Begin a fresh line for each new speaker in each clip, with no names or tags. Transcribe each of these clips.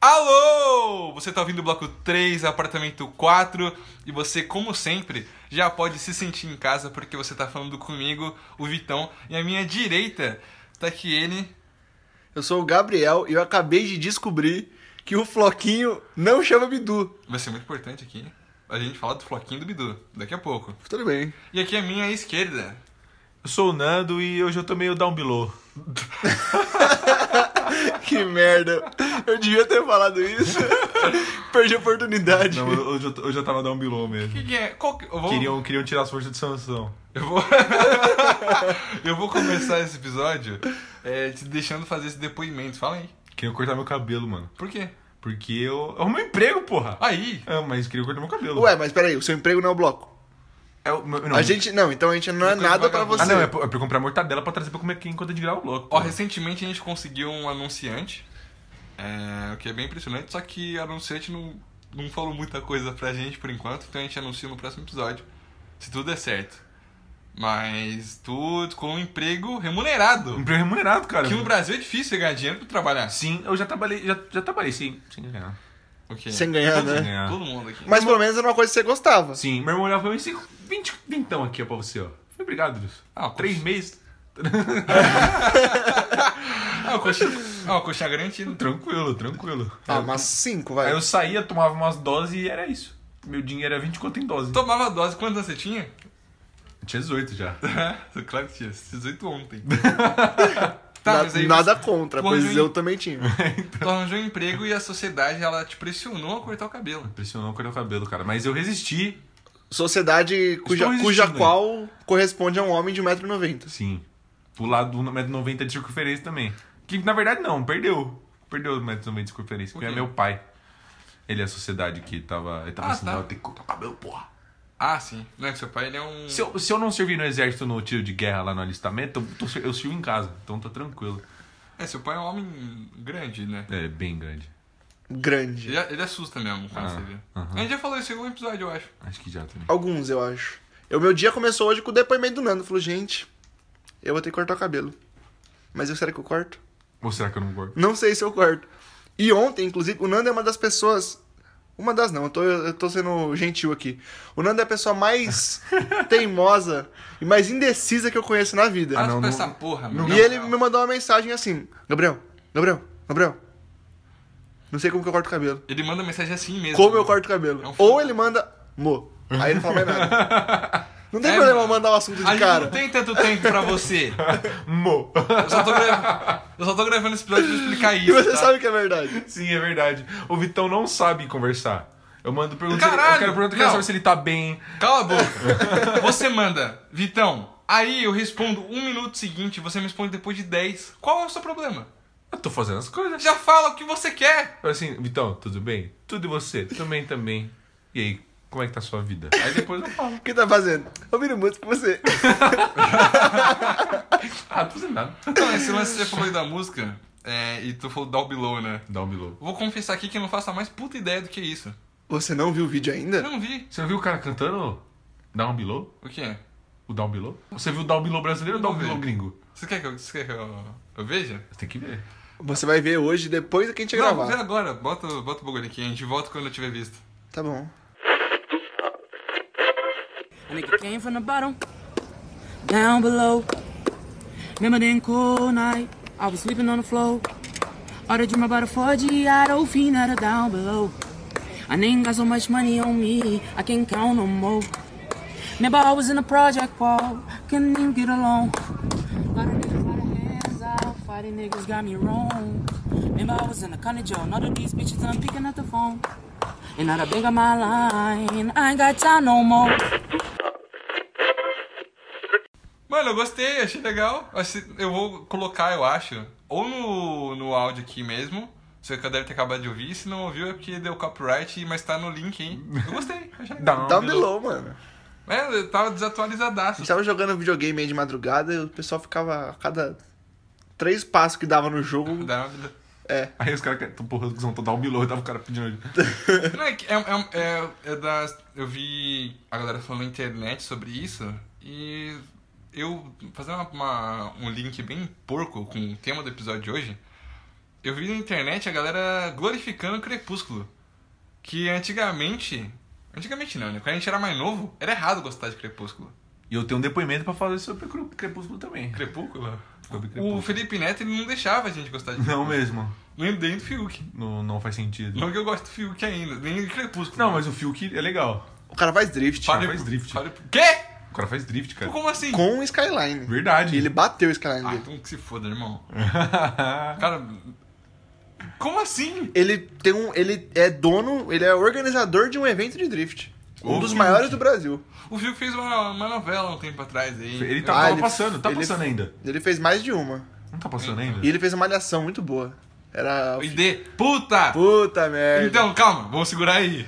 Alô! Você tá ouvindo o bloco 3, apartamento 4, e você, como sempre, já pode se sentir em casa porque você tá falando comigo, o Vitão, e à minha direita tá aqui ele.
Eu sou o Gabriel e eu acabei de descobrir que o Floquinho não chama Bidu.
Vai ser muito importante aqui. A gente fala do floquinho do Bidu, daqui a pouco.
Tudo bem.
E aqui à minha esquerda.
Eu sou o Nando e hoje eu tô meio down below.
Que merda. Eu devia ter falado isso. Perdi a oportunidade.
Não, eu- hoje eu, tô- hoje eu tava down below
O
mesmo.
que, que é? Qual que... Eu vou...
Queriam, queriam tirar as forças de Sansão.
Eu vou... eu vou começar esse episódio é, te deixando fazer esse depoimento. Fala aí.
Queriam cortar meu cabelo, mano.
Por quê?
Porque eu. É o meu emprego, porra!
Aí!
Ah, mas queriam cortar meu cabelo.
Ué, mas peraí, o seu emprego não é o bloco.
É o meu- não.
A gente. Não, então a gente não é
Emprego
nada pra
vagabundo.
você.
Ah, não, é pra, é pra eu comprar mortadela pra trazer pra comer aqui enquanto a gente grava o bloco.
Ó, recentemente a gente conseguiu um anunciante, é, o que é bem impressionante, só que o anunciante não, não falou muita coisa pra gente por enquanto, então a gente anuncia no próximo episódio, se tudo der certo. Mas tudo com um emprego
Um
remunerado.
emprego remunerado, cara.
Aqui no Brasil é difícil você ganhar dinheiro pra trabalhar.
Sim, eu já trabalhei, já, já trabalhei, sim. né? Sem ganhar.
O quê?
Sem
É
ganhar,
Todo-
né?
Todo mundo aqui.
Mas pelo menos era uma coisa que você gostava.
Sim, meu irmão olhava pra mim assim, 20 vintão aqui, ó, pra você, ó. Obrigado, Deus.
Ah,
Três meses,
Ah, o coxinha, ah, o coxinha garantido.
tranquilo, tranquilo.
Ah, mas cinco,
Aí
vai.
eu saía, tomava umas doses e era isso. Meu dinheiro era 20 conto em dose.
Tomava dose, quantos anos você tinha?
Tinha 18 já.
claro que tinha, 18 ontem. Tá,
Na-
mas aí você-
nada contra,
Porra,
pois
gente.
eu também tinha.
Tu arranjou um emprego e a sociedade ela te pressionou a cortar o cabelo.
Impressionou cortar o cabelo, cara. Mas eu resisti.
Sociedade cuja,
resistindo
cuja
aí.
qual corresponde a um homem de 1,90m.
Sim. Pular do 1,90m de circunferência também. Que na verdade não, perdeu. Perdeu o 1,90m de circunferência.
Por
Porque é
quê?
meu pai. Ele é a sociedade que tava. Ele tava
Ah,
assim,
tá.
não, tem que cortar o cabelo, porra.
Ah, sim. Não é que seu pai ele é um.
Se eu, se eu não servir no exército no tiro de guerra lá no alistamento, eu, tô, eu sirvo em casa. Então tô tranquilo.
É, seu pai é um homem grande, né?
É bem grande.
Grande.
Ele, é, ele assusta mesmo quando
Ah,
você vê.
aham.
A gente já falou isso em algum episódio, eu
Ah,
acho.
Acho que já também.
Alguns, eu acho. O meu dia começou hoje com o depoimento do Nando. Falou, gente, eu vou ter que cortar o cabelo. Mas eu, será que eu corto?
Ou será que eu não corto?
Não sei se eu corto. E ontem, inclusive, o Nando é uma das pessoas. Uma das não, eu tô, eu tô sendo gentil aqui. O Nando é a pessoa mais teimosa e mais indecisa que eu conheço na vida.
Ah,
não,
não,
não-
essa porra, mano.
e ele me mandou uma mensagem assim: Gabriel, Gabriel, Gabriel. Não sei como que eu corto o cabelo.
Ele manda mensagem assim mesmo.
Como eu corto o cabelo.
É um
Ou
filho.
ele manda, mo. Aí ele não fala mais nada. Não tem
É,
problema
mano.
mandar o assunto
A
de
gente
cara.
não tem tanto tempo pra você.
Mo!
Eu só tô, grava- eu só tô gravando esse episódio pra explicar isso.
E você
tá?
sabe que é verdade.
Sim, é verdade. O Vitão não sabe conversar. Eu mando perguntas.
Caralho!
Eu quero perguntar, eu quero
Não.
saber se ele tá bem.
Cala a boca. Você manda, Vitão, aí eu respondo um minuto seguinte, você me responde depois de 10. Qual é o seu problema?
Eu tô fazendo as coisas.
Já fala o que você quer.
Eu assim, Vitão, tudo bem? Tudo e você? Também, também. E aí, como é que tá a sua vida? Aí depois eu falo.
O que tá fazendo? Ouvindo música com você.
Ah, não tô fazendo nada.
Então, esse lance que você falou aí da música, é, e tu falou Down Below, né?
Dá um below.
Vou confessar aqui que eu não faço a mais puta ideia do que é isso.
Você não viu o vídeo
Eu
ainda?
não vi.
Você não viu o cara cantando? Dá um below?
O que é?
O down below? Você viu o down below brasileiro ou down
Não
below
vi.
gringo?
Você quer que eu, você quer que eu, eu veja?
Você tem que ver.
Você vai ver hoje, depois que a gente
Não, vou ver
gravar.
agora. Bota, bota o bagulho aqui, a gente volta quando eu tiver visto.
Tá bom.
A nigga came from the bottom, down below. Remember them cold night, I was sleeping on the floor. All the dream about a 4G, I don't fiend out of down below. I ain't got so much money on me, I can't count no more. Remember I was in a project wall, couldn't even get along. Lot of niggas got their hands out, fighting niggas got me wrong. Remember I was in a county jail, none of these bitches and I'm picking up the phone. And now the big of my line, I ain't got time no more.
Mano, eu gostei, achei legal. Acho- Eu vou colocar, eu acho, ou no, no áudio aqui mesmo. Você que deve ter acabado de ouvir, se não ouviu é porque deu copyright, mas tá no link, hein? Eu gostei, achei legal.
Down,
Down um below, mano.
É, eu tava
A
desatualizadaço.
gente tava jogando videogame aí de madrugada e o pessoal ficava a cada três passos que dava no jogo.
Down below.
Aí os caras, cantam, porra, são tô down below. Tava o cara pedindo.
Não, é, que é, é, é, é das- Eu vi a galera falando na internet sobre isso e eu fazer uma- uma- um link bem porco com o tema do episódio de hoje. eu vi na internet a galera glorificando o Crepúsculo. Que antigamente. Antigamente não, né? Quando a gente era mais novo, era errado gostar de Crepúsculo.
E eu tenho um depoimento pra falar sobre Cre- Crepúsculo também.
Crepúsculo?
Sobre
O
Crepúsculo.
Felipe Neto ele não deixava a gente gostar de
Não
Crepúsculo.
mesmo.
Nem Nem do Fiuk.
Não, não faz sentido.
Não que eu gosto do Fiuk ainda, nem de Crepúsculo.
Não, mas o Fiuk é legal.
O cara faz drift
Fale-
faz drift.
fale- Quê?
O cara faz drift, cara.
Como assim?
com o Skyline.
Verdade.
E ele bateu o Skyline
Ah,
dele.
então que se foda, irmão. Cara, como assim?
Ele tem um. Ele é dono, ele é organizador de um evento de drift. Um
Ô,
dos
Fiuk.
maiores do Brasil.
O Fiuk fez uma, uma novela um tempo atrás aí.
Ele
Ah,
tá tava
ele-
passando, tá
ele-
passando ainda.
Ele fez mais de uma.
Não tá passando ainda?
E ele fez uma malhação muito boa. Era.
O ID. Puta!
Puta merda.
Então, calma, vamos segurar aí.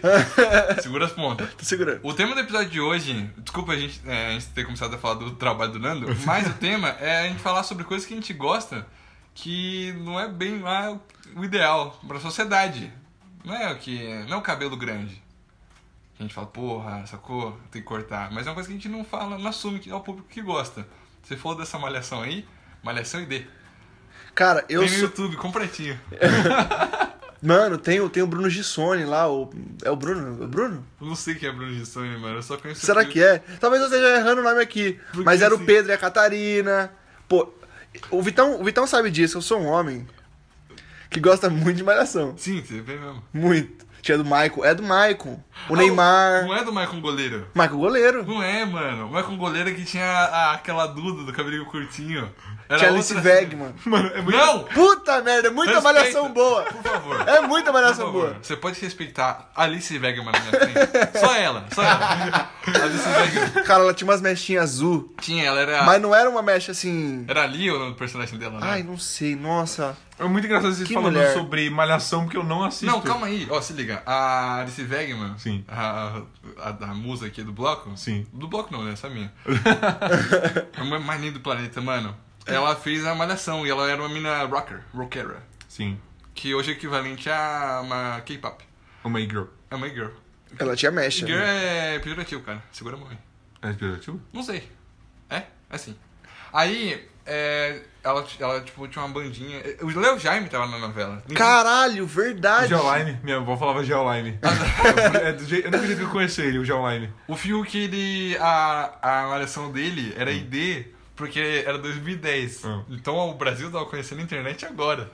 Segura as pontas.
Tô segurando.
O tema do episódio de hoje, desculpa a gente, é, a gente ter começado a falar do trabalho do Nando, mas o tema é a gente falar sobre coisas que a gente gosta que não é bem lá o ideal pra sociedade. Não é o que. Não é o cabelo grande. A gente fala, porra, sacou? Tem que cortar. Mas é uma coisa que a gente não fala, não assume que é o público que gosta. Você falou dessa malhação aí, malhação ID.
Cara, eu
Tem no
sou.
YouTube, completinho.
Mano, tem, o- tem o Bruno Gissoni lá. O... É o Bruno? É o Bruno?
Eu não sei quem é Bruno Gissoni, mano. Eu só conheço
Será
aquele-
que é? Talvez eu esteja errando o nome aqui.
Porque
mas era
assim-
o Pedro e a Catarina. Pô, o Vitão, o Vitão sabe disso. Eu sou um homem que gosta muito de malhação.
Sim, você vê mesmo.
Muito. Tinha do Maicon. É do Maicon. O
Ah,
Neymar.
Não é do Maicon Goleiro.
Maicon Goleiro.
Não é, mano. O Maicon Goleiro que tinha a- aquela Duda do cabelinho curtinho. Era
Tinha Alice
outra-
Wegman.
Mano, é muito...
Não!
Puta merda, é muita
Respeita.
malhação boa.
Por favor.
É muita
Por
malhação
favor.
boa.
Você pode respeitar a Alice Wegman na minha frente. Só ela, só ela. A Alice Wegman.
Cara, ela tinha umas mechinhas azul.
Tinha, ela era.
Mas não era uma mecha assim.
Era ali o nome do personagem dela, né?
Ai, não sei, nossa.
É muito engraçado vocês
Que
falando
mulher.
sobre malhação, porque eu não assisto.
Não, calma aí. Ó, se liga. A Alice Wegman,
Sim.
a, a, a musa aqui do bloco.
Sim.
Do bloco não, né? Essa minha. a mulher mais linda do planeta, mano. Ela fez a malhação e ela era uma mina rocker, rockera.
Sim.
Que hoje é equivalente a uma K-pop.
Uma girl.
É uma girl.
Ela tinha mecha.
Girl é pejorativo, cara. Segura a mão aí.
É pejorativo?
Não sei. É? É sim. Aí, é, ela, ela, tipo, tinha uma bandinha. O Léo Jaime tava na novela.
Caralho, verdade.
Geoline. Minha avó falava Geoline.
Ah.
é do jeito... Eu não acredito que eu conheci ele, o Geoline.
O Fiuk, ele. A, a avaliação dele era ID, porque era 2010.
Hum.
Então o Brasil tava conhecendo a internet agora.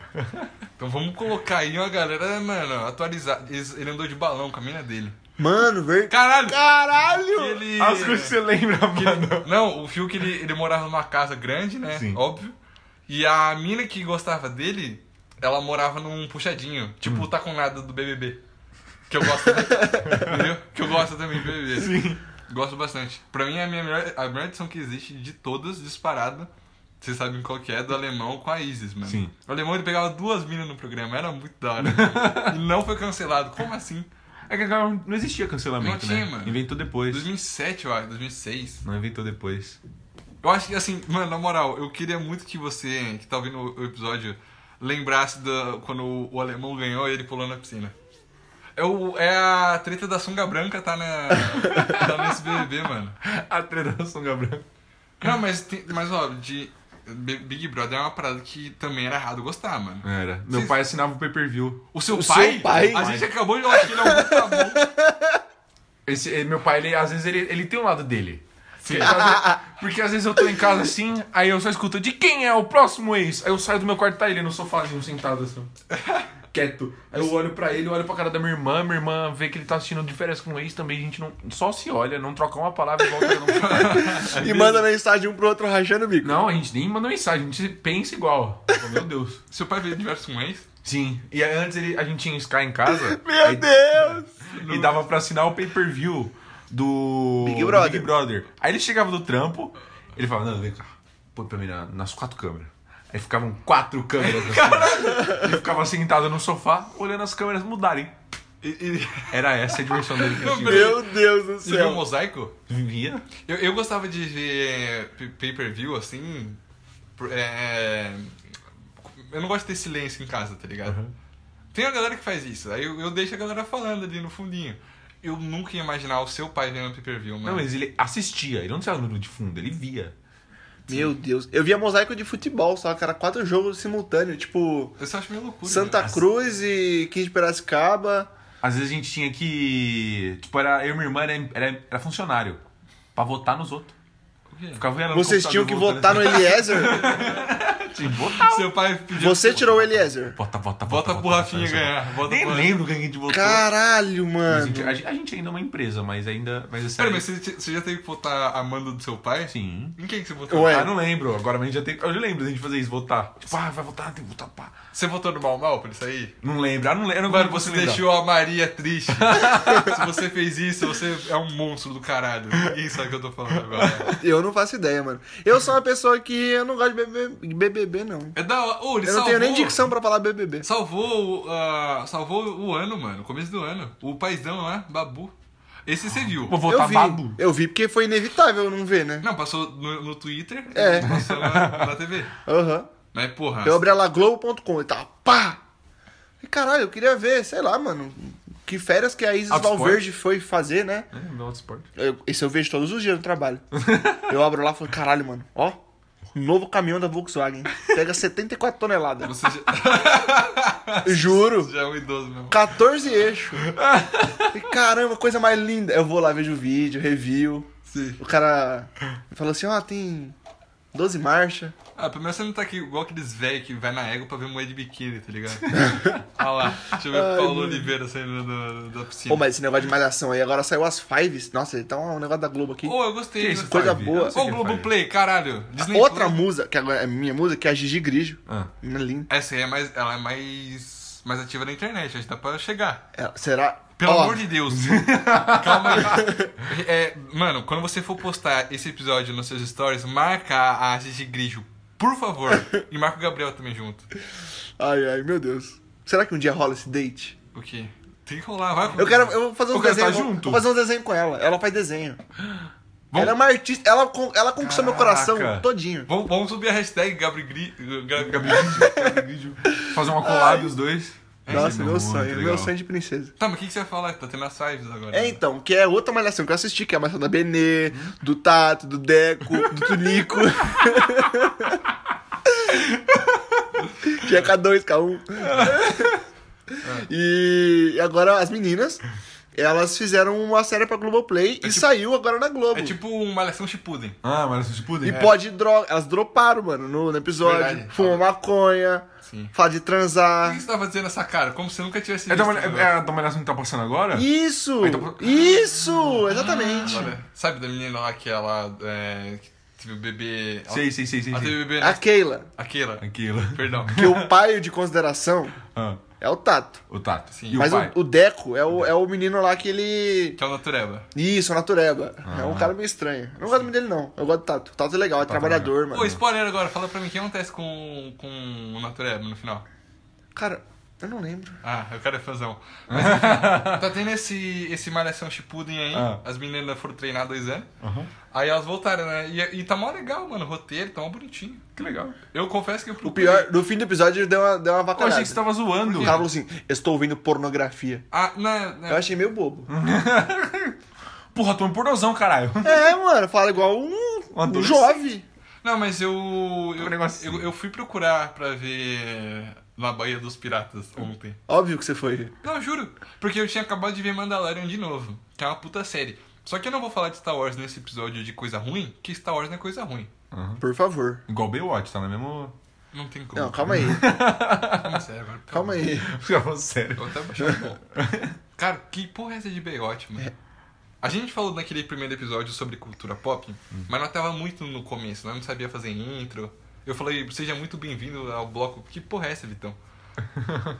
então vamos colocar aí uma galera, mano, atualizar. Eles- Ele andou de balão com a mina dele.
Mano, ver...
Caralho!
Caralho!
Ele...
As coisas que você lembra, mano.
Não, o Fiuk, ele, ele morava numa casa grande, né?
Sim.
Óbvio. E a mina que gostava dele, ela morava num puxadinho. Tipo
Hum.
o taconada do BBB. Que eu gosto. entendeu? Que eu gosto também do BBB.
Sim.
Gosto bastante. Pra mim, é a minha melhor, a melhor edição que existe de todas, disparada. Vocês sabem qual que é, do alemão com a Isis, mano.
Sim.
O alemão ele pegava duas minas no programa, era muito da hora. e não foi cancelado. Como assim?
É que agora não existia cancelamento,
Não tinha,
né?
mano.
Inventou depois.
2007, eu acho, 2006.
Não inventou depois.
Eu acho que, assim, mano, na moral, eu queria muito que você, que tá ouvindo o episódio, lembrasse da, quando o, o alemão ganhou e ele pulou na piscina. É, o, é a treta da sunga branca, tá, na, tá nesse BBB, mano.
A treta da sunga branca.
Não, mas, tem, mas ó, de B- Big Brother é uma parada que também era errado gostar, mano.
Era. Meu
Vocês-
pai assinava o pay-per-view.
O seu
O É. seu
pai?
pai?
A gente acabou de falar que ele é um puta bom.
Esse, eh, meu pai, ele, às vezes, ele, ele tem um lado dele. Porque, às vezes- porque às vezes eu tô em casa assim, aí eu só escuto de quem é o próximo ex? Aí eu saio do meu quarto, tá ele no sofazinho, sentado assim, quieto. Aí eu olho pra ele, olho pra cara da minha irmã, minha irmã vê que ele tá assistindo de férias com o ex também, a gente não, só se olha, não troca uma palavra e volta pra não...
é
E manda mensagem um pro outro rachando o bico.
Não, a gente nem manda mensagem, a gente pensa igual. Oh, meu Deus.
Seu pai veio diversos com ex?
Sim, e aí antes ele, a gente tinha um Sky em casa.
Meu
aí-
Deus!
E dava pra assinar o pay-per-view do
é. Big Brother.
Big Brother. Aí ele chegava do trampo, ele falava, não, vem cá, põe pra mim na- nas quatro câmeras. Aí ficavam quatro câmeras. Assim, ele ficava sentado no sofá, olhando as câmeras mudarem.
E, e...
Era essa a diversão dele que eu
é
tinha.
Meu Deus do
Você viu o
céu.
mosaico?
Vivia.
Eu, eu gostava de ver p- pay-per-view, assim. por- É... Eu não gosto de ter silêncio em casa, tá ligado? Tem a galera que faz isso. Aí eu, eu deixo a galera falando ali no fundinho. Eu nunca ia imaginar o seu pai vendo pay-per-view, mano.
Não, mas ele assistia, ele não tinha no de fundo, ele via.
Meu Deus. Eu via mosaico de futebol só, cara. Quatro jogos simultâneos. Tipo,
Isso eu acho meio loucura.
Santa
né?
Cruz e 15 de Piracicaba.
Tá
Às vezes a gente tinha que. Tipo, era eu e minha irmã era, era, era funcionário. Pra votar nos outros.
Por quê?
Ficava olhando no
Vocês tinham
computador assim.
que
votando.
votar no Eliezer.
Tinha que votar.
Seu pai pediu.
Você tirou o Eliezer.
Vota, vota, vota.
Bota pro Rafinha ganhar. Bota
Nem
pro Rafinha.
lembro quem a gente votou.
Caralho,
A
mano.
gente, a gente- a gente ainda é uma empresa, mas ainda. Mas é
Pera,
sério.
mas você, você já teve que botar a manda do seu pai?
Sim.
Em quem que você votou?
Ué.
Ah, não lembro. Agora a gente já tem. Eu já lembro da gente fazer isso, votar. Tipo, ah, vai votar, tem que votar, pá.
Você votou no mal mal pra ele sair?
Não lembro. Ah, não lembro. Eu não
Mano,
consigo
você
lembrar.
deixou a Maria triste. Se você fez isso, você é um monstro do caralho. Ninguém sabe o que eu tô falando agora.
Eu não faço ideia, mano. Eu sou uma pessoa que eu não gosto de BBB, BBB, não.
É da hora. Ô, ele
Eu não
salvou,
tenho nem dicção pra falar BBB.
Salvou, o, ah, salvou o ano, mano. Começo do ano. O paizão lá, Babu. Esse você viu.
Vou
Eu
votar
vi,
tá babu.
eu vi porque foi inevitável eu não ver, né?
Não, passou no, no Twitter.
É.
Passou na, na TV.
Aham.
Mas, porra.
Eu abri lá globo.com e tava pá! E caralho, eu queria ver, sei lá, mano, que férias que a Isis
Autosport.
Valverde foi fazer, né?
É, meu esporte.
Eu, esse eu vejo todos os dias no trabalho. eu abro lá e falo, caralho, mano, ó, novo caminhão da Volkswagen. Pega 74 toneladas.
Você já,
Juro.
já é um idoso mesmo.
14 eixos. E caramba, coisa mais linda. Eu vou lá, vejo o vídeo, review.
Sim.
O cara falou assim, ó, tem 12 marchas.
Ah, pelo menos você não tá aqui igual aqueles velhos que vai na égua pra ver moeda de biquíni, tá ligado? Olha lá. Deixa eu ver o Paulo Oliveira saindo do- da piscina.
Ô, mas esse negócio de malhação aí, agora saiu as fives. Nossa, tá um negócio da Globo aqui.
Ô, eu gostei.
Que
eu
isso,
gostei.
Coisa
Five?
boa.
Eu não sei
Ô,
quem é Five.
Globoplay, caralho. Disney
Outra
Plus.
música, que agora é minha música, que é a Gigi Grigio.
Ah.
Uma Linda.
Essa aí é mais, ela é mais, mais ativa na internet, acho que dá pra chegar.
Ela- será?
Pelo
Ó,
amor de Deus. Calma aí. É, mano, quando você for postar esse episódio nos seus stories, marca a Gigi Grigio, por favor. E marca o Gabriel também junto.
Ai, ai, meu Deus. Será que um dia rola esse date?
O quê? Tem que rolar, vai.
Eu quero. Eu vou fazer um
Eu quero
tá
desenho.
estar
vou-
junto.
Vou fazer um desenho com ela. Ela faz desenho.
Vamos-
Ela é uma artista. Ela, con- ela conquistou meu coração
Caraca.
todinho.
Vamos, vamos subir a hashtag Gabri Gri... Gabri Gabri-
Fazer uma collab os dois.
É
Nossa, meu
É muito
sonho. Meu
legal.
sonho de princesa.
Tá, mas o que, que você vai falar? Tá tendo as fives agora.
É então, que é outra malhação que eu assisti, que é a malhação da Benê, do Tato, do Deco, do Tunico. que é K2, K1. e agora as meninas, elas fizeram uma série pra Globoplay e saiu agora na Globo.
É tipo um Malhação Chipuden.
Ah, mas vocês pudim.
E pode droga. Elas droparam, mano, no, no episódio.
Verdade.
Fumam maconha,
Sim.
fala de
O que
transar.
que você tá fazendo essa cara? Como se você nunca tivesse
É
visto.
da malha-
esse
é
negócio.
a da malhação que tá passando agora?
Isso!
Ah, então-
Isso! Exatamente.
Olha, Sabe da menina lá que ela é, que teve o bebê... Ela-
Sei, sei, sei, sei.
Ela teve
sei.
o bebê...
A
né?
Keila.
Aquela.
Aquilo.
Perdão.
Porque o pai de consideração
Ah,
é o Tato.
o Tato.
Sim.
E o
Mas
pai?
o, o Deco é o, é o menino lá que ele.
Que é o Natureba.
Isso, o Natureba. É um cara meio estranho. Eu não gosto muito dele, não. Eu gosto do Tato. O Tato é legal, é trabalhador,
Ô,
mano.
spoiler agora. Fala pra mim o que acontece com, com o Natureba no final.
Cara, eu não lembro.
Ah, eu quero é fãzão. Mas, enfim, tá tendo esse, esse Malhação Chipuden aí.
Ah.
As meninas foram treinar há dois anos.
Aham.
Aí elas voltaram, né? E, e tá mó legal, mano. O roteiro tá mó bonitinho.
Que legal.
Eu confesso que eu
O pior, no fim do episódio ele deu uma, deu uma
Eu
vacalhada.
achei que você tava zoando.
O cara falou assim: eu estou ouvindo pornografia.
Ah, na, na-
Eu achei meio bobo.
Porra, tô um pornozão, caralho.
É, mano, fala igual um, um
adolescente.
jovem.
Não, mas eu
um
eu,
negocinho.
assim.
eu. eu fui procurar pra ver na Baía dos Piratas ontem.
Óbvio que você foi.
Não, juro. Porque eu tinha acabado de ver Mandalorian de novo, que é uma puta série. Só que eu não vou falar de Star Wars nesse episódio de coisa ruim, que Star Wars não é coisa ruim.
Por favor.
Igual Baywatch, tá na mesma.
Não tem como.
Não, calma aí.
Calma, sério, agora. tá Então
Calma aí.
Fica falando sério.
Eu vou até baixar o tom. tá Cara, que porra é essa de Baywatch, mano? A gente falou naquele primeiro episódio sobre cultura pop,
Hum.
mas não tava muito no começo, né? Eu não sabia fazer intro. Eu falei, seja muito bem-vindo ao bloco. Que porra é essa, Vitão?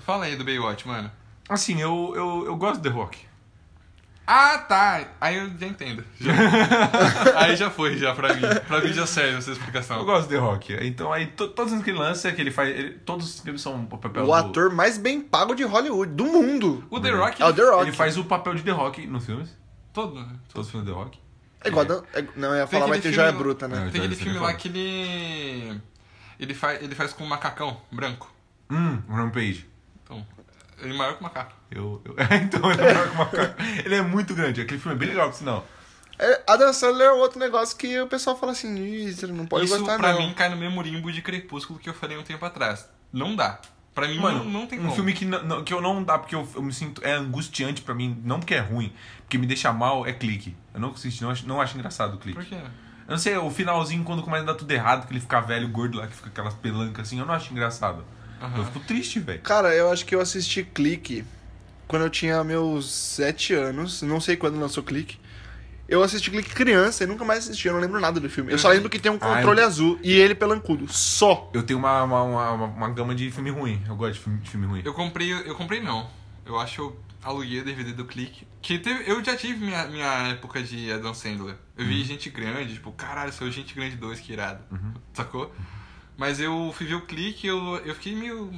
Fala aí do Baywatch, mano.
Assim, eu, eu, eu gosto de The Rock.
Ah, tá. Aí eu já entendo. Já- aí já foi, já, pra mim. Pra mim já serve essa explicação.
Eu gosto de The Rock. Então aí, to- todos os que ele lança, que ele faz. ele- todos os filmes são o papel
O
do-
ator mais bem pago de Hollywood, do mundo.
O The Rock,
É o The Rock.
Ele faz o papel de The Rock nos filmes.
todo, né?
Todos os filmes do The Rock.
É igual. Dan- é- Não, eu ia falar, vai
aquele
ter joia
filme lá-
bruta, né?
É,
Tem
Johnny
aquele filme lá
Silverman.
que ele... Ele faz, ele faz com um macacão branco.
Hum, Rampage.
Então, ele é maior que o macaco.
Eu, eu- então, ele é maior que uma cara. Ele é muito grande. Aquele filme é bem legal, por sinal.
É, Adam Sandler é outro negócio que o pessoal fala assim, "Ih, você não pode
Isso
gostar
pra
não.
mim cai no mesmo limbo de Crepúsculo que eu falei um tempo atrás. Não dá. Pra mim
Mano,
não, não tem
um
como.
filme que, não- não- que eu não dá, porque eu, eu me sinto. É angustiante pra mim, não porque é ruim, porque me deixa mal, é clique. Eu não consigo, não acho, não acho engraçado o clique.
Por quê?
Eu não sei, o finalzinho, quando começa a dar tudo errado, que ele fica velho, gordo lá, que fica aquelas pelancas assim, eu não acho engraçado. Eu fico triste, velho.
Cara, eu acho que eu assisti Clique quando eu tinha meus 7 anos. Não sei quando lançou Clique. Eu assisti Clique criança e nunca mais assisti. Eu não lembro nada do filme. Eu só lembro que tem um
Ah,
controle
eu-
azul e ele pelancudo. Só.
Eu tenho uma, uma, uma, uma- uma gama de filme ruim. Eu gosto de filme, de filme ruim.
Eu comprei, eu comprei não. Eu acho que eu aluguei o DVD do Clique. Que teve, eu já tive minha, minha época de Adam Sandler. Eu
Uhum.
vi gente grande, tipo, caralho, sou gente grande 2, que irado. Sacou? Mas eu fui ver o Clique eu, eu fiquei meio,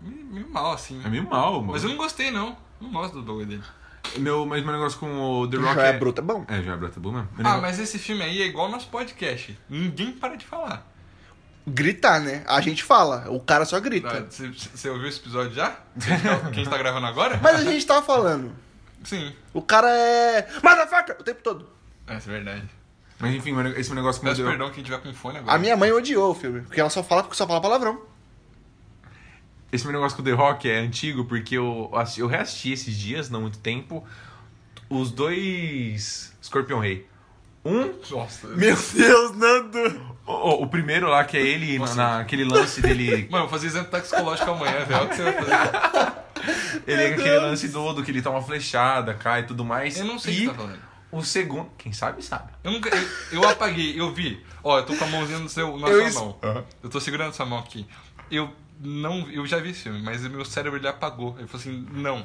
meio. meio mal, assim.
É meio mal, mano.
Mas eu não gostei, não. Não gosto do bagulho dele.
Meu, mas meu negócio com o The Rock
Já é bruto, é bom.
É, já é bruto, é bom mesmo. Meu
Ah,
negócio-
mas esse filme aí é igual nosso podcast. Ninguém para de falar.
Gritar, né? A gente fala, o cara só
Ah,
grita.
Você você ouviu esse episódio já? Quem tá- Quem tá gravando agora?
Mas a gente tava falando.
Sim.
O cara é. Motherfucker! O tempo todo.
Essa é verdade.
Mas enfim, meu nego- esse meu negócio com o
Peço
The Rock.
perdão quem tiver com fone agora.
A minha mãe odiou o filme, porque ela só fala porque só fala palavrão.
Esse meu negócio com o The Rock é antigo porque eu, assi- eu reassisti esses dias, não muito tempo, os dois Scorpion Rei. Um,
Nossa.
Meu Deus, Nando!
o, o primeiro lá que é ele, na,
Nossa.
naquele lance dele
Mano, eu vou fazer exame toxicológico amanhã, velho. Olha o que você vai fazer.
Ele é aquele lance do, do que ele toma flechada, cai e tudo mais.
Eu não sei o
e
que tá falando.
O segundo. Quem sabe, sabe.
Eu, nunca, eu, eu apaguei, eu vi. Ó, eu tô com a mãozinha no seu, na
Eu
sua
es-
mão. Eu tô segurando sua mão aqui. Eu não. Eu já vi esse filme, mas o meu cérebro ele apagou. Ele falou assim: não.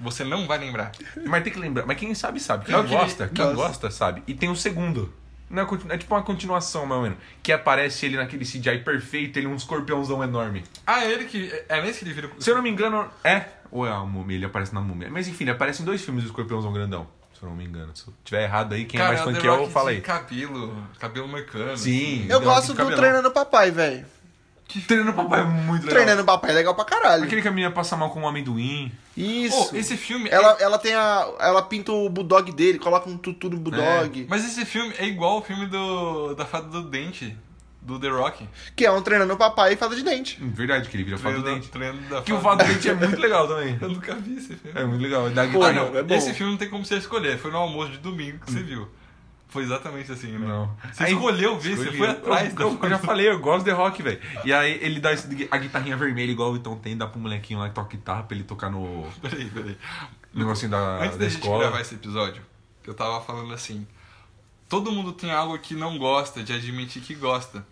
Você não vai lembrar.
Mas tem que lembrar. Mas quem sabe, sabe. Quem
Não, que-
gosta, quem
nossa.
gosta, sabe. E tem o segundo. Não é, continu- é tipo uma continuação, mais ou menos. Que aparece ele naquele CGI perfeito, ele é um escorpiãozão enorme.
Ah, é ele que. É nesse que ele vira. o-
Se eu não me engano, é. Ou é a múmia, ele aparece na múmia. Mas enfim, ele aparece em dois filmes do escorpiãozão grandão. Se eu não me engano. Se eu tiver errado aí, quem
Cara,
é mais
o The
fã que eu,
Rock
fala
de
aí.
Cabelo, cabelo assim. mecânico.
Sim.
Eu
The Rock
gosto
de
do
cabelão.
Treinando Papai, velho.
Treinando papai é muito legal.
Treinando Papai é legal pra caralho.
Aquele que a menina passa mal com um amendoim.
Isso.
Pô, esse filme. é-
Ela, ela tem a. Ela pinta o bulldog dele, coloca um tutu no bulldog.
Mas esse filme é igual o filme do. Da Fada do Dente, do The Rock.
Que é um treinando o papai e fada de dente.
Hum, Verdade, que ele vira fada do
Treino-
dente.
treino da
Que o
Fada do
Vado Dente é muito legal também.
Eu nunca vi esse filme.
É muito legal. Da
Pô,
Ah,
guitarra.
não, é bom.
Esse filme não tem como você escolher. Foi no almoço de domingo que você viu. Foi exatamente assim, né?
Não.
Você
Aí-
escolheu ver, você
Escolhi.
foi atrás.
Eu, eu,
da-
eu já falei, eu gosto de rock, velho. E aí ele dá esse- a guitarrinha vermelha igual o Então tem, dá pro molequinho lá que toca guitarra pra ele tocar no
Peraí, peraí.
negocinho da,
Antes da
da
gente
Ah, escola.
gravar esse episódio, eu tava falando assim. Todo mundo tem algo que não gosta, de admitir que gosta.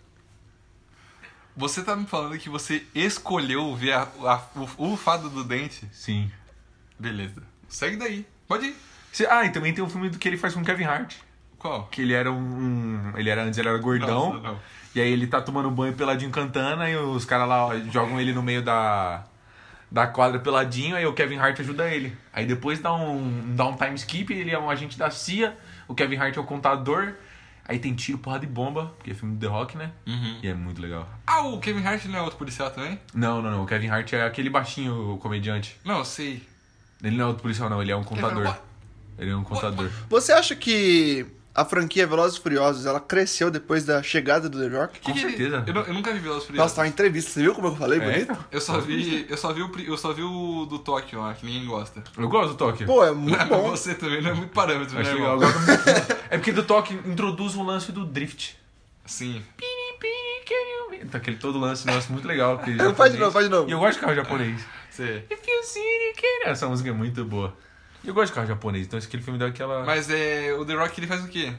Você tá me falando que você escolheu ver a- a- o, o fado do dente?
Sim.
Beleza. Segue daí. Pode ir.
Cê- ah, e também tem um filme do que ele faz com o Kevin Hart.
Qual?
Que ele era um. um- ele era antes, ele era gordão.
Nossa, não.
E aí ele tá tomando banho peladinho cantando, e os caras lá ó, jogam ele no meio da. Da quadra peladinho, aí o Kevin Hart ajuda ele. Aí depois dá um, dá um time skip, ele é um agente da CIA, o Kevin Hart é o contador. Aí tem tiro, porrada e bomba, porque é filme do The Rock, né?
Uhum.
E é muito legal.
Ah, o Kevin Hart não é outro policial também?
Não, não, não. O Kevin Hart é aquele baixinho o comediante.
Não, eu sei.
Ele não é outro policial, não, ele é um contador.
What?
Ele é um contador.
Você acha que a franquia Velozes e Furiosos ela cresceu depois da chegada do The Rock?
Que que ele-
certeza.
Eu, não- eu nunca vi Velozes e Furiosos.
Nossa, tá uma entrevista. Você viu como eu falei,
É,
bonito?
então.
Eu só vi, eu só vi o, pri- eu só vi o do Tóquio lá, que ninguém gosta.
Eu gosto do Tóquio.
Pô, é muito
Mas
bom.
Você também não é muito parâmetro,
Acho
né,
Tá legal.
irmão?
eu gosto muito. É porque do Tóquio introduz o lance do drift.
Sim.
Então, aquele todo lance, nossa, muito legal. porque japonês-
faz de novo, faz de novo.
E eu gosto de carro japonês.
Você...
If you see it, can- Essa música é muito boa. E eu gosto de carro japonês, então esse aquele filme dá
Tá.
aquela.
Mas é, o The Rock ele faz o quê?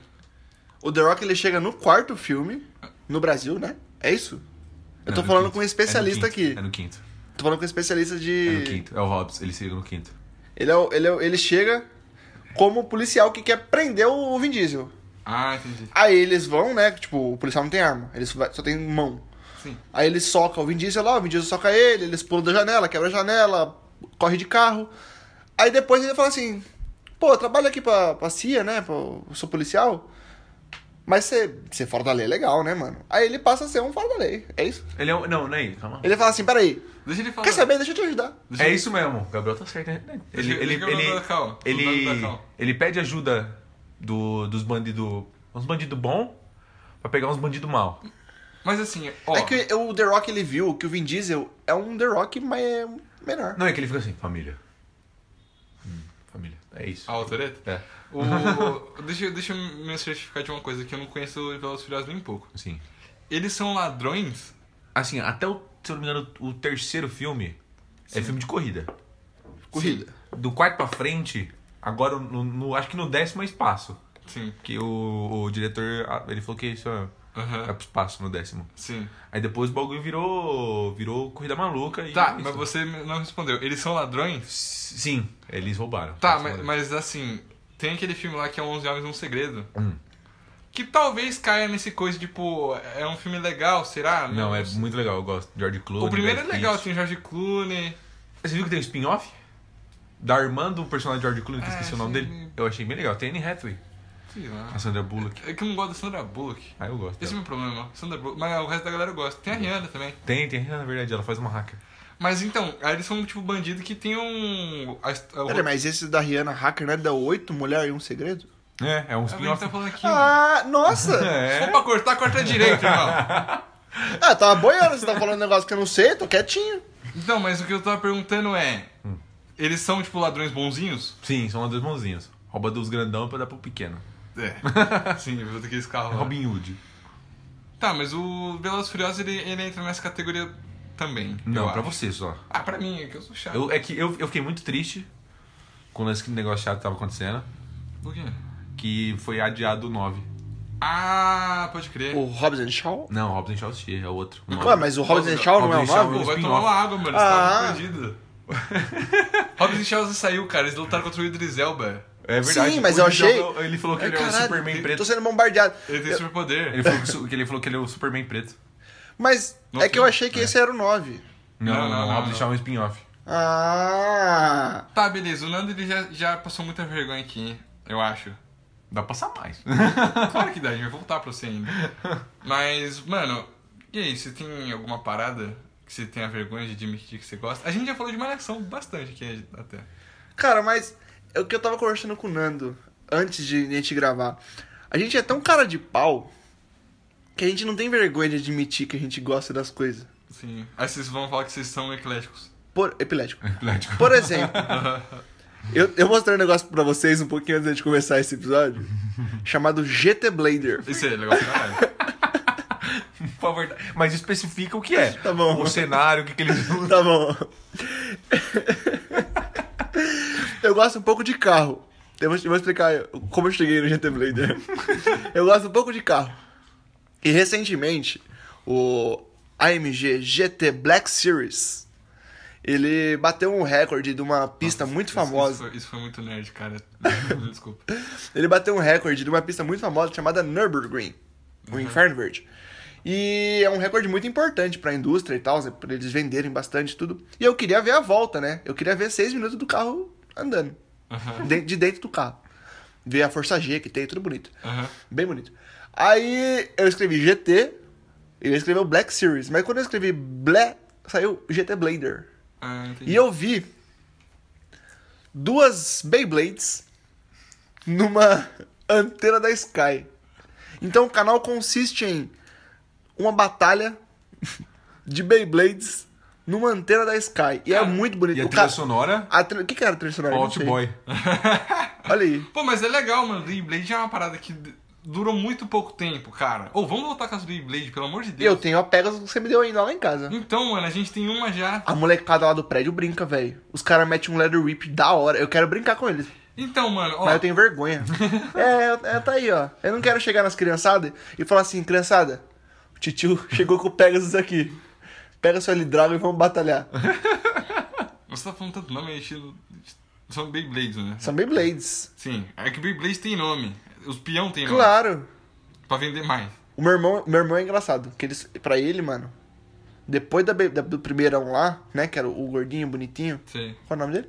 O The Rock ele chega no quarto filme, no Brasil, né? É isso? Eu
Não,
tô
no
falando
quinto.
com um especialista
É no quinto,
aqui.
É no quinto.
Tô falando com um especialista
É no
de.
quinto. É o Hobbs, ele chega no quinto.
Ele, é o- ele, é o- ele chega como um policial que quer prender o Vin Diesel.
Ah, entendi.
Aí eles vão, né? Tipo, o policial não tem arma, ele só vai- só tem mão.
Sim.
Aí ele soca o Vin Diesel lá, o Vin Diesel soca ele, eles pulam da janela, quebra a janela, corre de carro. Aí depois ele fala assim: pô, eu trabalho aqui pra, pra CIA, né? pra- eu sou policial. Mas ser, ser fora da lei é legal, né, mano? Aí ele passa a ser um fora da lei, é isso.
Ele é um. Não, não é ele, calma.
Ele fala assim: peraí,
Deixa ele falar.
quer saber? Deixa eu te ajudar.
Deixa
É
ele-
isso mesmo, o Gabriel tá certo, né? Ele,
Deixa-
ele,
deixa o Gabriel
ele,
dar calma, o
ele,
Gabriel dar calma.
ele pede ajuda do, dos bandidos. Uns bandidos bom pra pegar uns bandidos mal.
Mas assim, ó.
É que o The Rock ele viu que o Vin Diesel é um The Rock, mas é menor.
Não é que ele fica assim, família. Hum, família. É isso.
A autoreta?
É.
O- deixa, eu- deixa eu me certificar de uma coisa que eu não conheço o Velozes e Furiosos nem um pouco.
Assim.
Eles são ladrões?
Assim, até o, se eu não me engano, o terceiro filme é filme de corrida.
Corrida.
Do quarto pra frente, agora no, no- acho que no décimo é espaço.
Sim.
Que o, o diretor, ah, ele falou que isso é, é
Aham.
pro espaço no décimo.
Sim.
Aí depois o bagulho virou, virou corrida maluca e... é
Tá,
isso.
mas você não respondeu. Eles são ladrões?
Sim, eles roubaram.
Tá,
Eles
mas,
roubaram.
mas, assim, tem aquele filme lá que é 11 Homens e um Segredo.
Hum,
Que talvez caia nesse coisa, tipo, é um filme legal, será?
Não, é
sei.
muito legal, eu gosto. George Clooney.
O primeiro é
Brad
legal,
Pitt.
tem George Clooney.
Você viu que tem um spin-off? Da irmã do personagem de George Clooney, que eu
É,
esqueci o nome
sim.
dele. Eu achei bem legal. Tem Anne Hathaway,
Sei lá.
a Sandra Bullock.
É que eu não gosto da Sandra Bullock.
Ah, eu gosto.
Esse é o
dela.
meu problema. Sandra Bullock. Mas o resto da galera gosta.
Uhum.
Tem a Rihanna também.
Tem, tem, na verdade, ela faz uma hacker.
Mas então, aí eles são um tipo bandido que tem um. A, hist- a,
Pera, mas esse da Rihanna Hacker não é da 8 Mulher e um Segredo?
É, é um
A gente
spin-off.
tá falando aqui.
Ah, nossa!
Se for
É.
pra cortar, corta direito, irmão.
ah, tava boiando, você tava falando um negócio que eu não sei, tô quietinho.
Então, mas o que eu tava perguntando é.
Hum.
Eles são, tipo, ladrões bonzinhos?
Sim, são dois mãozinhos. Rouba dos grandão pra dar pro pequeno.
É. Sim, eu vou ter que esse carro. lá.
Robin Hood.
Tá, mas o Velozes e Furiosos ele, ele entra nessa categoria também.
Não,
eu
pra
acho.
você só.
Ah, pra mim, é que eu sou chato.
Eu, é que eu, eu fiquei muito triste quando esse negócio chato tava acontecendo.
Por quê?
Que foi adiado o 9.
Ah, pode crer.
O Hobbs and Shaw?
Não, Robson Shaw Tia, é outro. o
Ué,
nove.
mas o Hobbs and Shaw não é o
Hobbs and Shaw,
Pô,
nome?
vai
spin-off.
tomar uma água, mano. Você
Ah.
tá perdido. Hobbs e Shaw saiu, cara. Eles lutaram contra o Idris Elba.
É verdade.
Sim, mas
O
eu
Rizal,
achei-
Ele falou que ele é o
Caralho,
Superman
Tô
preto.
sendo bombardeado.
Ele tem superpoder.
Ele falou, que, su- que ele falou que ele é o Superman preto.
Mas
Não
é que eu
tem.
achei que esse era o 9.
Não,
Não, não,
não, não.
não,
Robson
não.
Shaw é um spin-off.
Ah!
Tá, beleza. O Nando ele já, já passou muita vergonha aqui, hein? Eu acho.
Dá pra passar mais.
Claro que dá, a gente vai voltar pra você ainda. Mas, mano, e aí? Você tem alguma parada que você tenha vergonha de admitir que você gosta? A gente já falou de malhação bastante aqui até.
Cara, mas é o que eu tava conversando com o Nando antes de a gente gravar. A gente é tão cara de pau que a gente não tem vergonha de admitir que a gente gosta das coisas.
Sim. Aí vocês vão falar que vocês são ecléticos.
Por... Epilético.
Atlético.
Por exemplo, eu, eu mostrei um negócio pra vocês um pouquinho antes de começar esse episódio, chamado GT Blader.
Isso é legal pra caralho.
Por favor, mas especifica o que é.
Tá bom.
O cenário, o que, que eles usam.
Tá bom. Eu gosto um pouco de carro. Eu vou, eu vou explicar como eu cheguei no GT Blader. Eu gosto um pouco de carro. E recentemente, o AMG GT Black Series, ele bateu um recorde de uma pista muito
Isso- isso
famosa.
foi- Isso, foi muito nerd, cara. Desculpa.
Ele bateu um recorde de uma pista muito famosa chamada Nürburgring, o Inferno Verde. E é um recorde muito importante pra indústria e tal, pra eles venderem bastante e tudo. E eu queria ver a volta, né? Eu queria ver seis minutos do carro andando, de, de dentro do carro. Ver a força G que tem, tudo bonito.
Aham.
Bem bonito. Aí eu escrevi GT, ele escreveu Black Series, mas quando eu escrevi Ble, saiu GT Blader.
Ah, entendi.
E eu vi duas Beyblades numa antena da Sky. Então o canal consiste em uma batalha de Beyblades numa antena da Sky. E é muito bonito.
E a
O
trilha
ca-
sonora,
a trilha- O que, que era a trilha sonora? Eu não
Out
sei.
Boy.
Olha aí.
Pô, mas é legal, mano. Beyblade é uma parada que d- durou muito pouco tempo, cara. Ô, vamos voltar com as Beyblade, pelo amor de
Eu
Deus.
tenho a Pegasus que você me deu ainda lá em casa.
Então, mano, a gente tem uma já.
A molecada lá do prédio brinca, velho. Os caras metem um leather whip da hora. Eu quero brincar com eles.
Então, mano, ó.
Mas eu tenho vergonha. é, eu- é, tá aí, ó. Eu não quero chegar nas criançadas e falar assim, criançada, o titio chegou com o Pegasus aqui. Pega seu L-Drago e vamos batalhar.
Você tá falando tanto nome, é estilo. São Beyblades, né?
São Beyblades.
Sim. É que Beyblade tem nome. Os peão tem nome.
Claro.
Pra vender mais.
O meu irmão, meu irmão é engraçado. Que eles, pra ele, mano, depois da, Bey- da- do primeirão lá, né, que era o gordinho, bonitinho.
Sei.
Qual é o nome dele?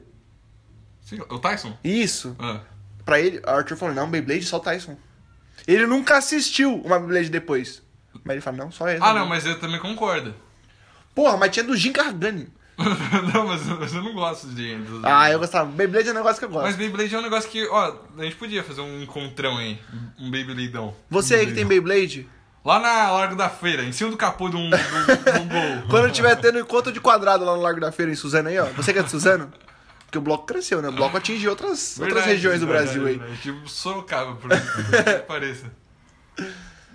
Sei lá, O Tyson?
Isso.
Ah.
Pra ele, a Arthur falou, não, Beyblade só o Tyson. Ele nunca assistiu uma Beyblade depois. Mas ele fala, não, só essa.
Ah, não, Ah, mas eu também concordo.
Porra, mas tinha do Jim Cargani.
não, mas, mas eu não gosto de. dos-
Ah, eu gostava. Beyblade é um negócio que eu gosto.
Mas Beyblade é um negócio que, ó, a gente podia fazer um encontrão aí. Um Beybladeão.
Você aí que tem Beyblade,
Lá na Largo da Feira, em cima do capô de um, de um- de um gol.
quando tiver tendo encontro de quadrado lá no Largo da Feira, em Suzano aí, ó. Você que é de Suzano? Porque o bloco cresceu, né? O bloco atinge outras, outras
Verdade,
regiões do
verdade,
Brasil aí.
verdade. Tipo Sorocaba, por por que pareça.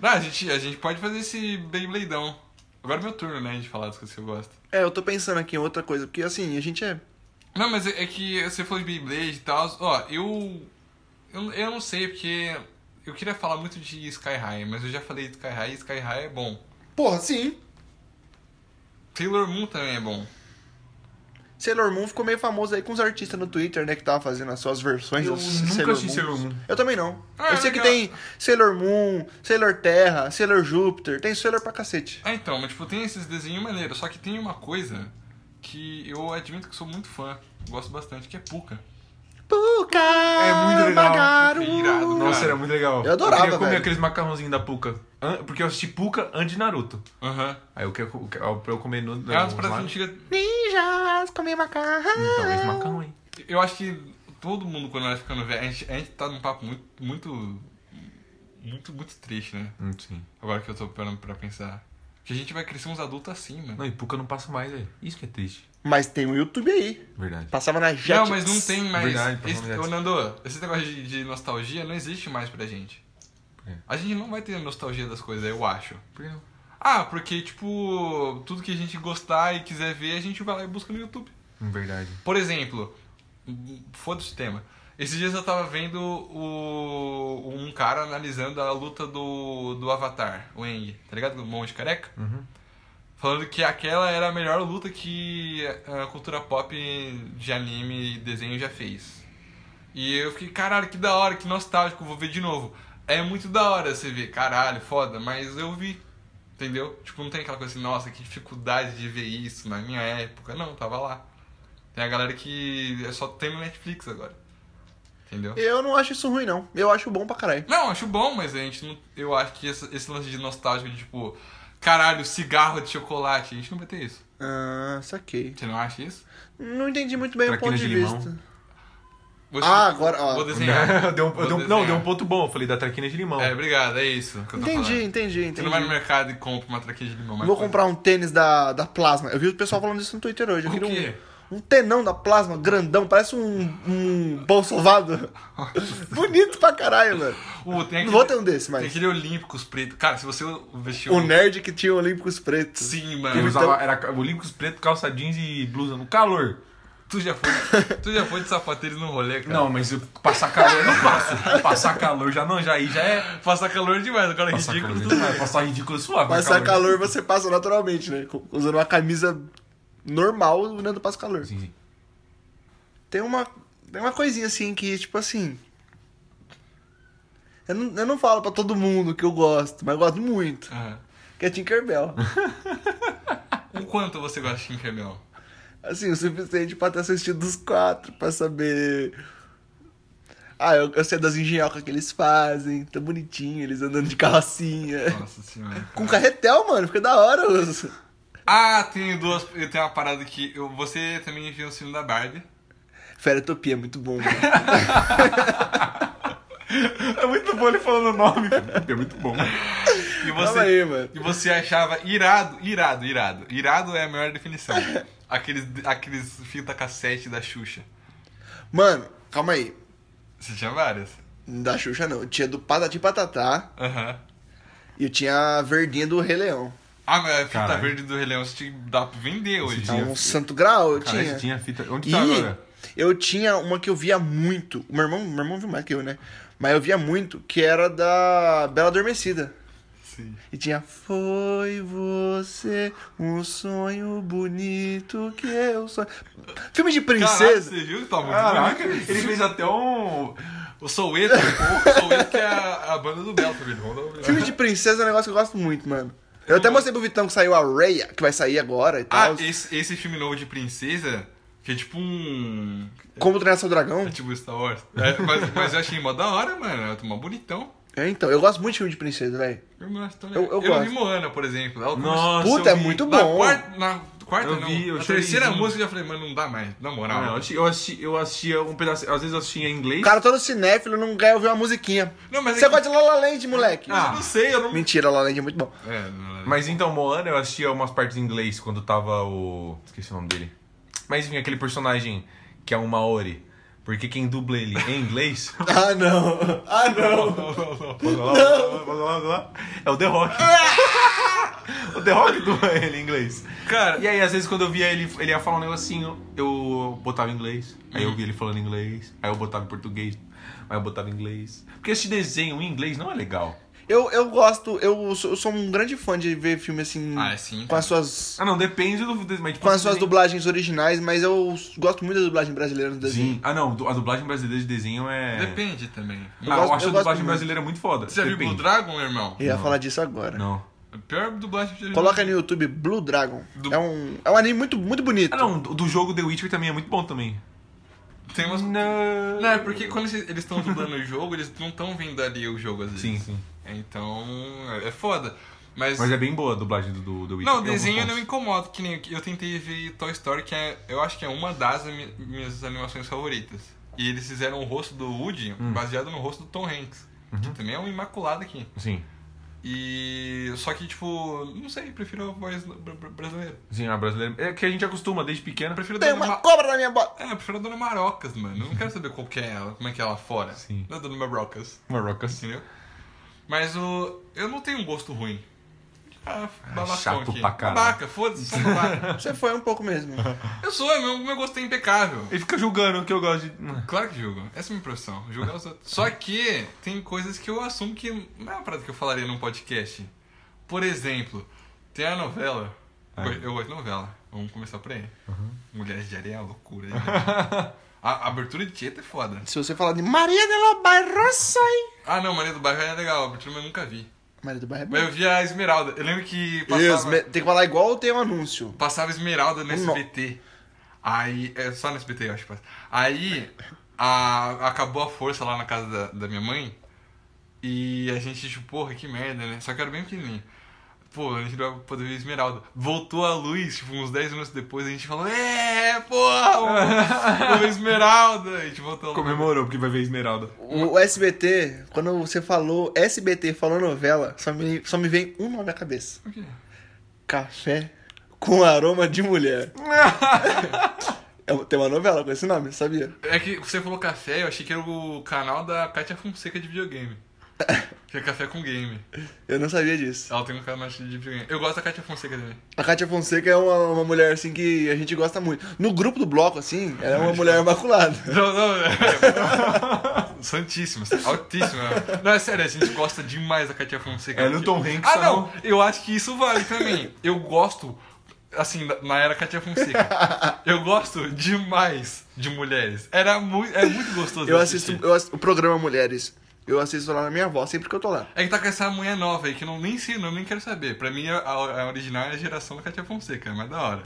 Não, a gente, a gente pode fazer esse Beybladeão. Agora é meu turno, né, de falar das coisas que eu gosto.
É, eu tô pensando aqui em outra coisa, porque assim, a gente é.
Não, mas é é que você falou de Beyblade e tal. Ó, eu, eu. Eu não sei, porque. Eu queria falar muito de Sky High, mas eu já falei de Sky High e Sky High é bom.
Porra, sim.
Taylor Moon também é bom.
Sailor Moon ficou meio famoso aí com os artistas no Twitter, né? Que tava fazendo as suas versões
Eu
dos
nunca
Sailor
assisti
Moons.
Sailor Moon.
Eu também não.
Ah,
eu sei que
legal.
tem Sailor Moon, Sailor Terra, Sailor Júpiter, tem Sailor pra cacete.
Ah, então, mas tipo, tem esses desenhos maneiros, só que tem uma coisa que eu admito que sou muito fã, gosto bastante, que é Puka.
Puka! É
muito legal.
É irado, cara.
Nossa, era muito legal.
Eu adorava,
Eu queria comer
velho.
aqueles macarrãozinhos da Puca. An- Porque eu assisti Puca antes de Naruto.
Aham.
Aí eu quero eu quero- pra eu comer no.
É
Ah,
uma das
no-
paradas que
lá.
me tira-
Ninjas, comi macarrão.
Então, esse macarrão aí.
Eu acho que todo mundo, quando vai ficando velho, a gente, a gente tá num papo muito. muito. muito, muito triste, né?
Hum, Sim.
Agora que eu tô parando pra pensar. Que a gente vai crescer uns adultos assim, mano.
Não, e Puca não passa mais, velho. Isso que é triste.
Mas tem o YouTube aí.
Verdade.
Passava na Jetix.
Não, mas tá não tem mais.
Verdade, pra
esse,
falar
ô, Nando, esse negócio de, de nostalgia não existe mais pra gente.
quê?
A gente não vai ter nostalgia das coisas, eu acho.
Por que não?
Ah, porque, tipo, tudo que a gente gostar e quiser ver, a gente vai lá e busca no YouTube.
Hum, Verdade.
Por exemplo, foda-se o tema. Esses dias eu tava vendo o, um cara analisando a luta do, do Avatar, o Aang, tá ligado? Do monte careca. Falando que aquela era a melhor luta que a cultura pop de anime e desenho já fez. E eu fiquei, caralho, que da hora, que nostálgico, vou ver de novo. É muito da hora você ver, caralho, foda, mas eu vi. Entendeu? Tipo, não tem aquela coisa assim, nossa, que dificuldade de ver isso na minha época. Não, tava lá. Tem a galera que é só tem no Netflix agora. Entendeu?
Eu não acho isso ruim, não. Eu acho bom pra caralho.
Não, acho bom, mas a gente não. Eu acho que esse, esse lance de nostálgico de tipo, caralho, cigarro de chocolate, a gente não vai ter isso.
Ah, saquei.
Você não acha isso?
Não entendi muito bem
Traquinas
o ponto de,
de limão.
vista.
Vou explicar-
Ah, agora, ó.
Vou
é.
desenhar.
Deu um-
Vou
deu um-
desenhar.
não, deu um ponto bom. Eu falei da traquina de limão.
É, obrigado, é isso que eu tô
Entendi,
falando.
entendi,
Você
entendi.
não vai no mercado e compra uma traquinha de limão, mas.
Vou comprar um tênis da, da Plasma. Eu vi o pessoal falando isso no Twitter hoje. Eu
O
queria um-
quê?
um, tenão da Plasma, grandão, parece um, um bolsovado. Bonito pra caralho, mano.
Uh, tem aquele,
Não vou ter um desse,
Tem
mas.
aquele Olímpicos preto. Cara, se você vestiu. um
O nerd que tinha Olímpicos Pretos.
Sim,
Eu
mano.
Então-
usava, era Olímpicos preto, calça jeans e blusa no calor.
Tu já foi. tu já foi de sapateiro no rolê, cara.
Não, mas eu- passar calor eu não passo. passar calor já não, já aí já é.
Passar calor demais, agora é
Passar
ridículo.
calor,
tudo
é, passar ridículo suave. é
Passar calor você passa naturalmente, né? Com- Usando uma camisa normal, o Nando passa calor.
Sim, sim.
Tem uma, tem uma coisinha assim que, tipo assim. Eu não, eu não falo pra todo mundo que eu gosto, mas eu gosto muito.
Aham.
Que é Tinker Bell.
O quanto você gosta de Tinkerbell?
Assim, o suficiente pra ter assistido os quatro, pra saber. Ah, eu, eu sei das engenhocas que eles fazem, tá bonitinho, eles andando de carrocinha.
Nossa senhora.
Com carretel, mano, fica da hora. os-
Ah, tem duas. Eu tenho uma parada que. eu- você também viu o filme da Barbie.
Feratopia é muito bom, mano.
É muito bom ele falando o nome. É muito bom.
E você,
Calma aí, mano.
e você achava irado, irado, irado. Irado é a melhor definição. Aqueles, aqueles fita cassete da Xuxa.
Mano, calma aí.
Você tinha várias?
Da Xuxa não. Eu tinha do Patati Patatá
Aham.
e eu tinha a verdinha do Rei Leão.
Ah, mas a fita
Caralho.
verde do Rei Leão você tinha, que- dá pra vender hoje.
Então, um santo grau eu
Cara,
tinha.
esse tinha fita. Onde
E
tá agora?
eu tinha uma que eu via muito. O meu irmão, meu irmão viu mais que eu, né? Mas eu via muito, que era da Bela Adormecida.
Sim.
E tinha Foi você um sonho bonito que eu sonho. Filme de
Caralho,
princesa.
você viu que tá muito
Caraca,
bonito.
ele fez até um.
O Soueto, o Soueto que é a, a banda do Belo, filho. Vamos dar
Filme
uma-
de princesa é um negócio que eu gosto muito, mano. Eu até mostrei pro Vitão que saiu a Raya, que vai sair agora e
Ah,
tal.
esse, esse filme novo de princesa, que é tipo um.
Como treinar seu dragão?
É tipo Star Wars. É, mas, mas eu achei mó da hora, mano. Eu tô mó bonitão.
É, então, eu gosto muito de filme de princesa, velho.
Eu, não acho tão
Eu- eu
eu vi
gosto.
Moana, por exemplo. Ela começou-
Nossa,
Puta, é
eu vi-
muito
na
bom.
quarta- na quarta
Eu
não.
vi, eu
a
chorei
terceira
zinho.
música eu já falei, mano, não dá mais, na moral.
Não, eu, assisti, eu, assisti, eu assistia um pedaço. Às vezes eu assistia em inglês.
O cara todo cinéfilo não quer ouvir uma musiquinha.
Não, mas é que-
Você
Ah,
gosta de La La Land, moleque?
Eu não sei, eu não.
Mentira, La La Land é muito bom.
É, não-
Mas então, Moana, eu assistia umas partes em inglês quando tava o. Esqueci o nome dele. Mas enfim, aquele personagem que é um Maori. Porque quem dubla ele em inglês.
Ah, não. Ah, não.
não, não, não.
é o The Rock. o The Rock dubla ele em inglês.
Cara,
E aí, às vezes, quando eu via ele, ele ia falar um negocinho, eu botava em inglês. Aí
Hum.
eu via ele falando em inglês. Aí eu botava em português. Aí eu botava em inglês. Porque esse desenho em inglês não é legal.
Eu, eu gosto, eu sou, eu sou um grande fã de ver filme assim.
Ah, é sim,
Com
cara.
as suas.
Ah, não, depende do. Mas, tipo,
Com as suas
desenho-
dublagens originais, mas eu gosto muito da dublagem brasileira no desenho.
Sim. Ah, não, du- a dublagem brasileira de desenho é.
depende também.
Ah, eu,
gosto-
acho
eu
a
gosto
dublagem
muito.
brasileira muito foda.
Você já viu
Depende.
Blue Dragon, irmão? É
Eu ia falar disso agora.
Não.
A pior dublagem que eu já vi.
Coloca no YouTube Blue Dragon.
Do-
É, um, é um anime muito, muito bonito.
Ah, não, do do jogo The Witcher também é muito bom também.
Tem umas.
Não.
Não, é porque quando eles estão dublando o jogo, eles não estão vendo ali o jogo às vezes.
Sim, sim.
Então, é é foda. Mas.
Mas é bem boa a dublagem do, do The Witcher.
Não,
tem alguns
desenho eu não
pontos.
me incomodo, que nem eu tentei ver Toy Story, que é, eu acho que é uma das mi- minhas animações favoritas. E eles fizeram o rosto do Woody
Hum.
baseado no rosto do Tom Hanks, que
Uhum.
também é um imaculado aqui.
Sim.
E só que tipo, não sei, prefiro a voz br- br- brasileira.
Sim, a brasileira. É que a gente acostuma desde pequeno.
Eu prefiro a
Tem
Dona
uma
Ma-
cobra na minha bota.
É, eu prefiro a Dona Marocas, mano. Eu não quero saber qual que é ela, como é que é ela fora.
Sim.
Da Dona Marocas,
Marocas.
entendeu? Mas o eu não tenho um gosto ruim. Ah,
É chato pra caralho.
Babaca, foda-se, sou babaca.
Você foi um pouco mesmo.
eu sou, meu, meu gosto é impecável.
Ele fica julgando que eu gosto de.
Claro que julgo. Essa é a minha profissão. Julgar os outros. Só que tem coisas que eu assumo que não é uma parada que eu falaria num podcast. Por exemplo, tem a novela. Eu- Eu gosto de novela. Vamos começar por aí. Mulheres de Areia é uma loucura. né? a, a abertura de Tieta é foda.
Se você falar de Maria della Barrossai.
Ah, não, Maria do Bairro é legal. A abertura mas eu nunca vi.
Maria do Bairro é
Mas
boa.
eu vi a Esmeralda. Eu né? lembro que
Isso,
passava,
me- tem que falar igual tem um anúncio.
passava Esmeralda no
Não.
SBT. Aí. É só no SBT, eu acho que passa. Aí. a- acabou a força lá na casa da, da minha mãe. E a gente, tipo, porra, que merda, né? Só que eu era bem pequenininho. Pô, a gente não vai poder ver Esmeralda. Voltou a luz, tipo, uns 10 minutos depois, a gente falou, é, porra, vamos ver Esmeralda. E a gente voltou a luz.
Comemorou porque vai ver Esmeralda.
O o SBT, quando você falou SBT, falou novela, só me, só me vem um nome na cabeça.
O quê?
Café com aroma de mulher. É- tem uma novela com esse nome, sabia?
É que você falou café, eu achei que era o canal da Katia Fonseca de videogame. Que é café com game.
Eu não sabia disso.
Ela tem um canal de videogame. Eu gosto da Katia Fonseca também.
A Kátia Fonseca é uma, uma mulher, assim, que a gente gosta muito. No grupo do bloco, assim, ela é uma mulher imaculada.
Não, não, é. Santíssima, altíssima. Não, é sério, a gente gosta demais da Katia Fonseca.
É, no Tom Hanks,
Ah,
tá
não,
bom.
eu acho que isso vale também. Eu gosto, assim, da- na era Katia Fonseca. Eu gosto demais de mulheres. Era muito, é muito gostoso.
Eu
de
assisto
assistir.
eu ass- o programa Mulheres. Eu assisto lá na minha avó, sempre que eu tô lá.
É que tá com essa mulher nova aí, que eu não, nem sei o nome, nem quero saber. Pra mim, a, a original é a geração da Katia Fonseca, é mais da hora.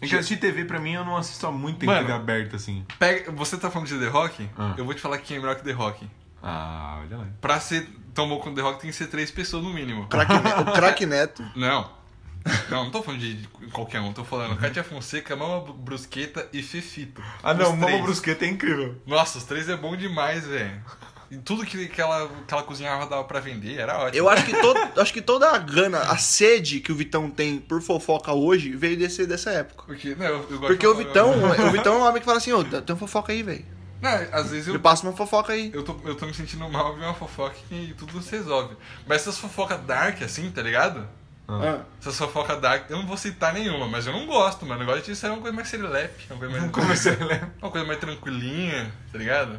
É que assistir TV pra mim eu não assisto há muito tempo
Mano.
TV aberta assim.
Pega, você tá falando de The Rock?
Ah.
Eu vou te falar quem é melhor que The Rock.
Ah, olha lá.
Pra ser tão bom quanto The Rock, tem que ser três pessoas no mínimo.
Craque Ne- o craque Neto.
Não. Não, não tô falando de qualquer um, tô falando Katia Fonseca, Mama Brusqueta e Fefito.
Ah, não,
Os
Mama
três.
Brusqueta é incrível.
Nossa, os três é bom demais, velho. E tudo que, que, ela, que ela cozinhava dava pra vender, era ótimo.
Eu acho que, todo, acho que toda a gana, a sede que o Vitão tem por fofoca hoje, veio desse, dessa época.
Porque, não, eu, eu gosto
Porque
de
o
falar-
Vitão, o Vitão é um homem que fala assim, ô, tem uma fofoca aí, velho.
Não, né, às vezes eu
Me passa uma fofoca aí.
Eu tô, eu tô me sentindo mal ver uma fofoca que tudo se resolve. Mas essas fofocas dark, assim, tá ligado?
Ah.
Essas fofocas dark, eu não vou citar nenhuma, mas eu não gosto, mano. Eu gosto disso, é uma coisa mais serilepe, uma coisa mais,
Comecei a ler.
uma coisa mais tranquilinha, tá ligado?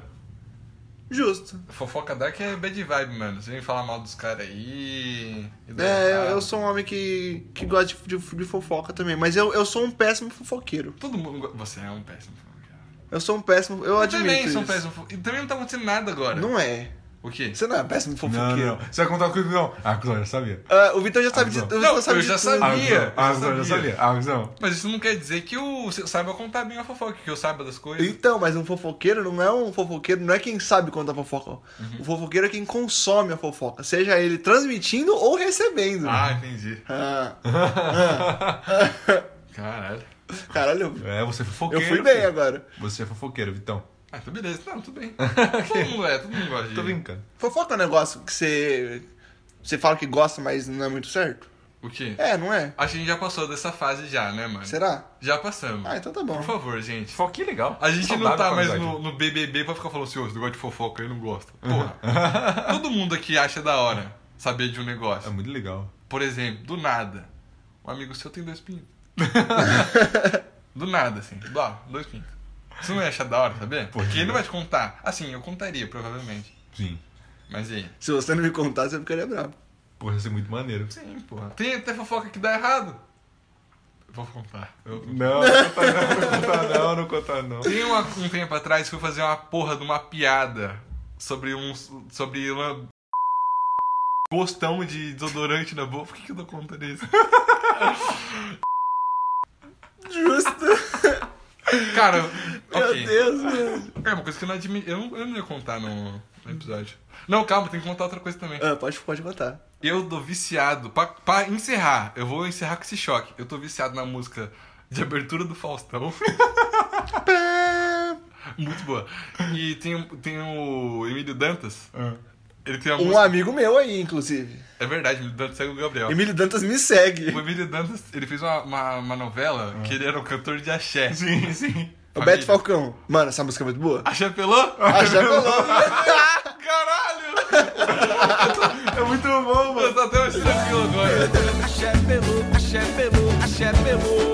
Justo.
Fofoca dark é bad vibe, mano. Você vem falar mal dos caras aí. e tá. dá
É, eu,
errado.
eu sou um homem que, que gosta de, de- de fofoca também. Mas eu, eu sou um péssimo fofoqueiro.
Todo mundo. go- Você é um péssimo fofoqueiro.
Eu sou um péssimo. Eu admito.
também
isso.
sou um péssimo fofoqueiro. E também não tá acontecendo nada agora.
Não é.
O quê?
Você não é péssimo
Não,
fofoqueiro.
não. Você vai contar comigo não? Ah, Glória, sabia.
Ah, o Vitão já sabe de
Não,
tudo.
eu já sabia.
Ah, Glória, ah,
eu
Glória,
sabia.
sabia. Ah, não.
Mas isso não quer dizer que eu se- saiba contar bem a fofoca, que eu saiba das coisas.
Então, mas um fofoqueiro não é um fofoqueiro, não é quem sabe contar fofoca. O fofoqueiro é quem consome a fofoca, seja ele transmitindo ou recebendo.
Ah, entendi.
Ah.
Caralho.
Caralho,
É, você é
eu
fofoqueiro.
fui bem
filho.
agora.
Você é fofoqueiro, Vitão.
Ah, então beleza. Não, tudo bem. todo mundo é, todo mundo gosta de...
Tô brincando.
Fofoca é um negócio que você. Você fala que gosta, mas não é muito certo?
O quê?
É, não é?
Acho que a gente já passou dessa fase já, né, mano?
Será?
Já passamos.
Ah, então tá bom.
Por favor, gente.
Fofoquinha é legal.
A gente não
Saudável
tá
pra
mais
amizade.
no, no BBB pra ficar falando assim, ô, esse negócio de fofoca aí não gosta. Porra. Todo mundo aqui acha da hora saber de um
É
negócio.
muito legal.
Por exemplo, do nada. Um amigo seu tem dois pintos. do nada, assim. Ó, dois pintos. Você não ia achar da hora, saber? Porque ele não vai te contar. Assim, eu contaria, provavelmente.
Sim.
Mas e aí?
Se você não me contasse, eu ficaria bravo.
Porra, ia ser muito maneiro.
Sim, porra. Tem até fofoca que dá errado. Eu vou contar. Eu-
Não, não conta não, não conta não.
Tem uma- um tempo atrás que eu fui fazer uma porra de uma piada sobre um. sobre uma. gostão de desodorante na boca. Por que, que eu tô contando isso?
Justo.
Cara,
Meu
ok.
Deus, mano.
É uma coisa que eu não admiro. Eu, não- eu não ia contar no, no episódio. Não, calma, tem que contar outra coisa também.
Ah, pode, pode contar.
Eu tô viciado. Pra, pra encerrar, eu vou encerrar com esse choque. Eu tô viciado na música de abertura do Faustão. Muito boa. E tem, o- tem o Emílio Dantas. Ele tem uma
Um
música.
amigo meu aí, inclusive.
É verdade, Emílio Dantas segue o Gabriel.
Emílio Dantas me segue.
O Emílio Dantas, ele fez uma, uma, uma novela que ele era um cantor de axé.
Ah. Sim, sim.
O
Família.
Beto Falcão. Mano, essa música é muito boa.
Axé pelou?
Ah, já falou.
Caralho!
É muito bom, mano.
Eu tô até mais tranquilo agora.
Axé pelo, axé pelo, axé pelo.